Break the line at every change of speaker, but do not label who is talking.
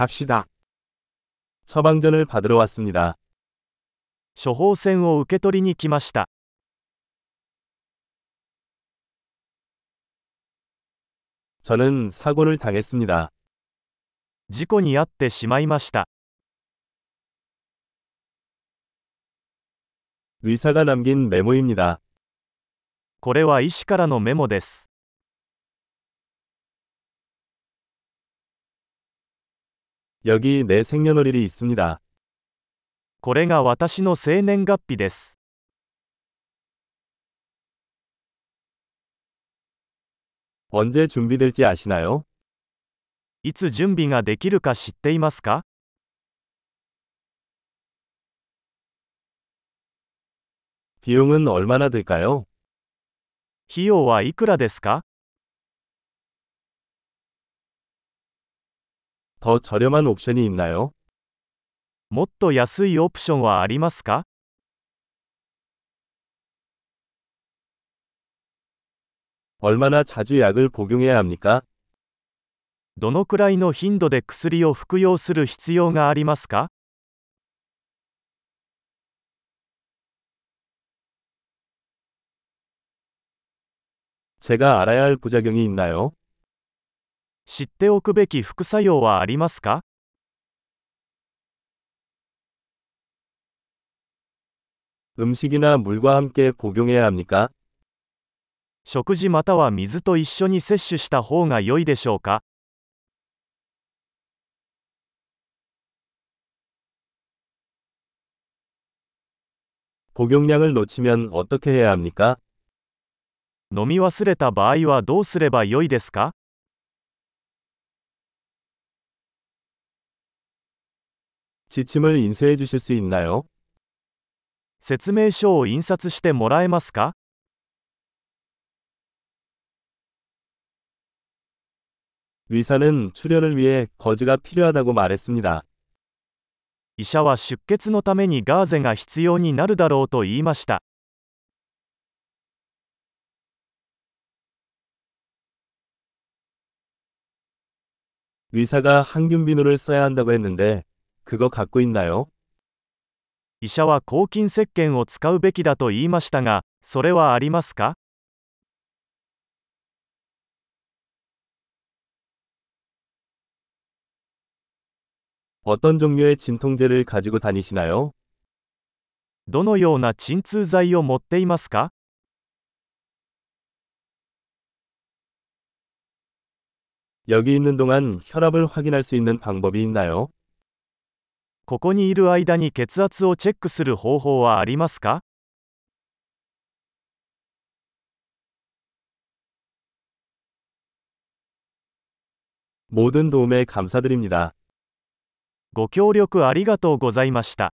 갑시다. 처방전을 받으러 왔습니다.
処方箋を受け取りに来ました。
저는 사고를 당했습니다.
事故に遭ってしまいました。
의사가 남긴 메모입니다.
これは医師からのメモです。
여기 내 생년월일이 있습니다.
これが私の生年月日です。
언제 준비될지 아시나요?
いつ準備ができるか知っていますか
비용은 얼마나 들까요?
費用はいくらですか
더 저렴한 옵션이 있나요?
もっと安いオプションはありますか
얼마나 자주 약을 복용해야 합니까?
どのくらいの頻度で薬を服用する必要がありますか
제가 알아야 할 부작용이 있나요?
知っておくべき副作用はありますか
음식이나 물과 함께 복용해야 합니까?
食事または水と一緒に摂取した方が良いでしょうか
복용량을 놓치면 어떻게 해야 합니까?
飲み忘れた場合はどうすれば良いですか
지침을 인쇄해 주실 수 있나요?
説明書を印刷してもらえますか
의사는 출혈을 위해 거즈가 필요하다고 말했습니다.
医者は出血のためにガーゼが必要になるだろうと言いました。
의사가 항균 비누를 써야 한다고 했는데 그거 갖고 있나요?
医者は抗菌石鹸を使うべきだと言いましたが、それはありますか
어떤 종류의 진통제를 가지고 다니시나요?
どのような鎮痛剤を持っていますか
여기 있는 동안 혈압을 확인할 수 있는 방법이 있나요?
ここにいる間に血圧をチェックする方法はありますか
모든 도움에 감사드립니다.
ご協力ありがとうございました。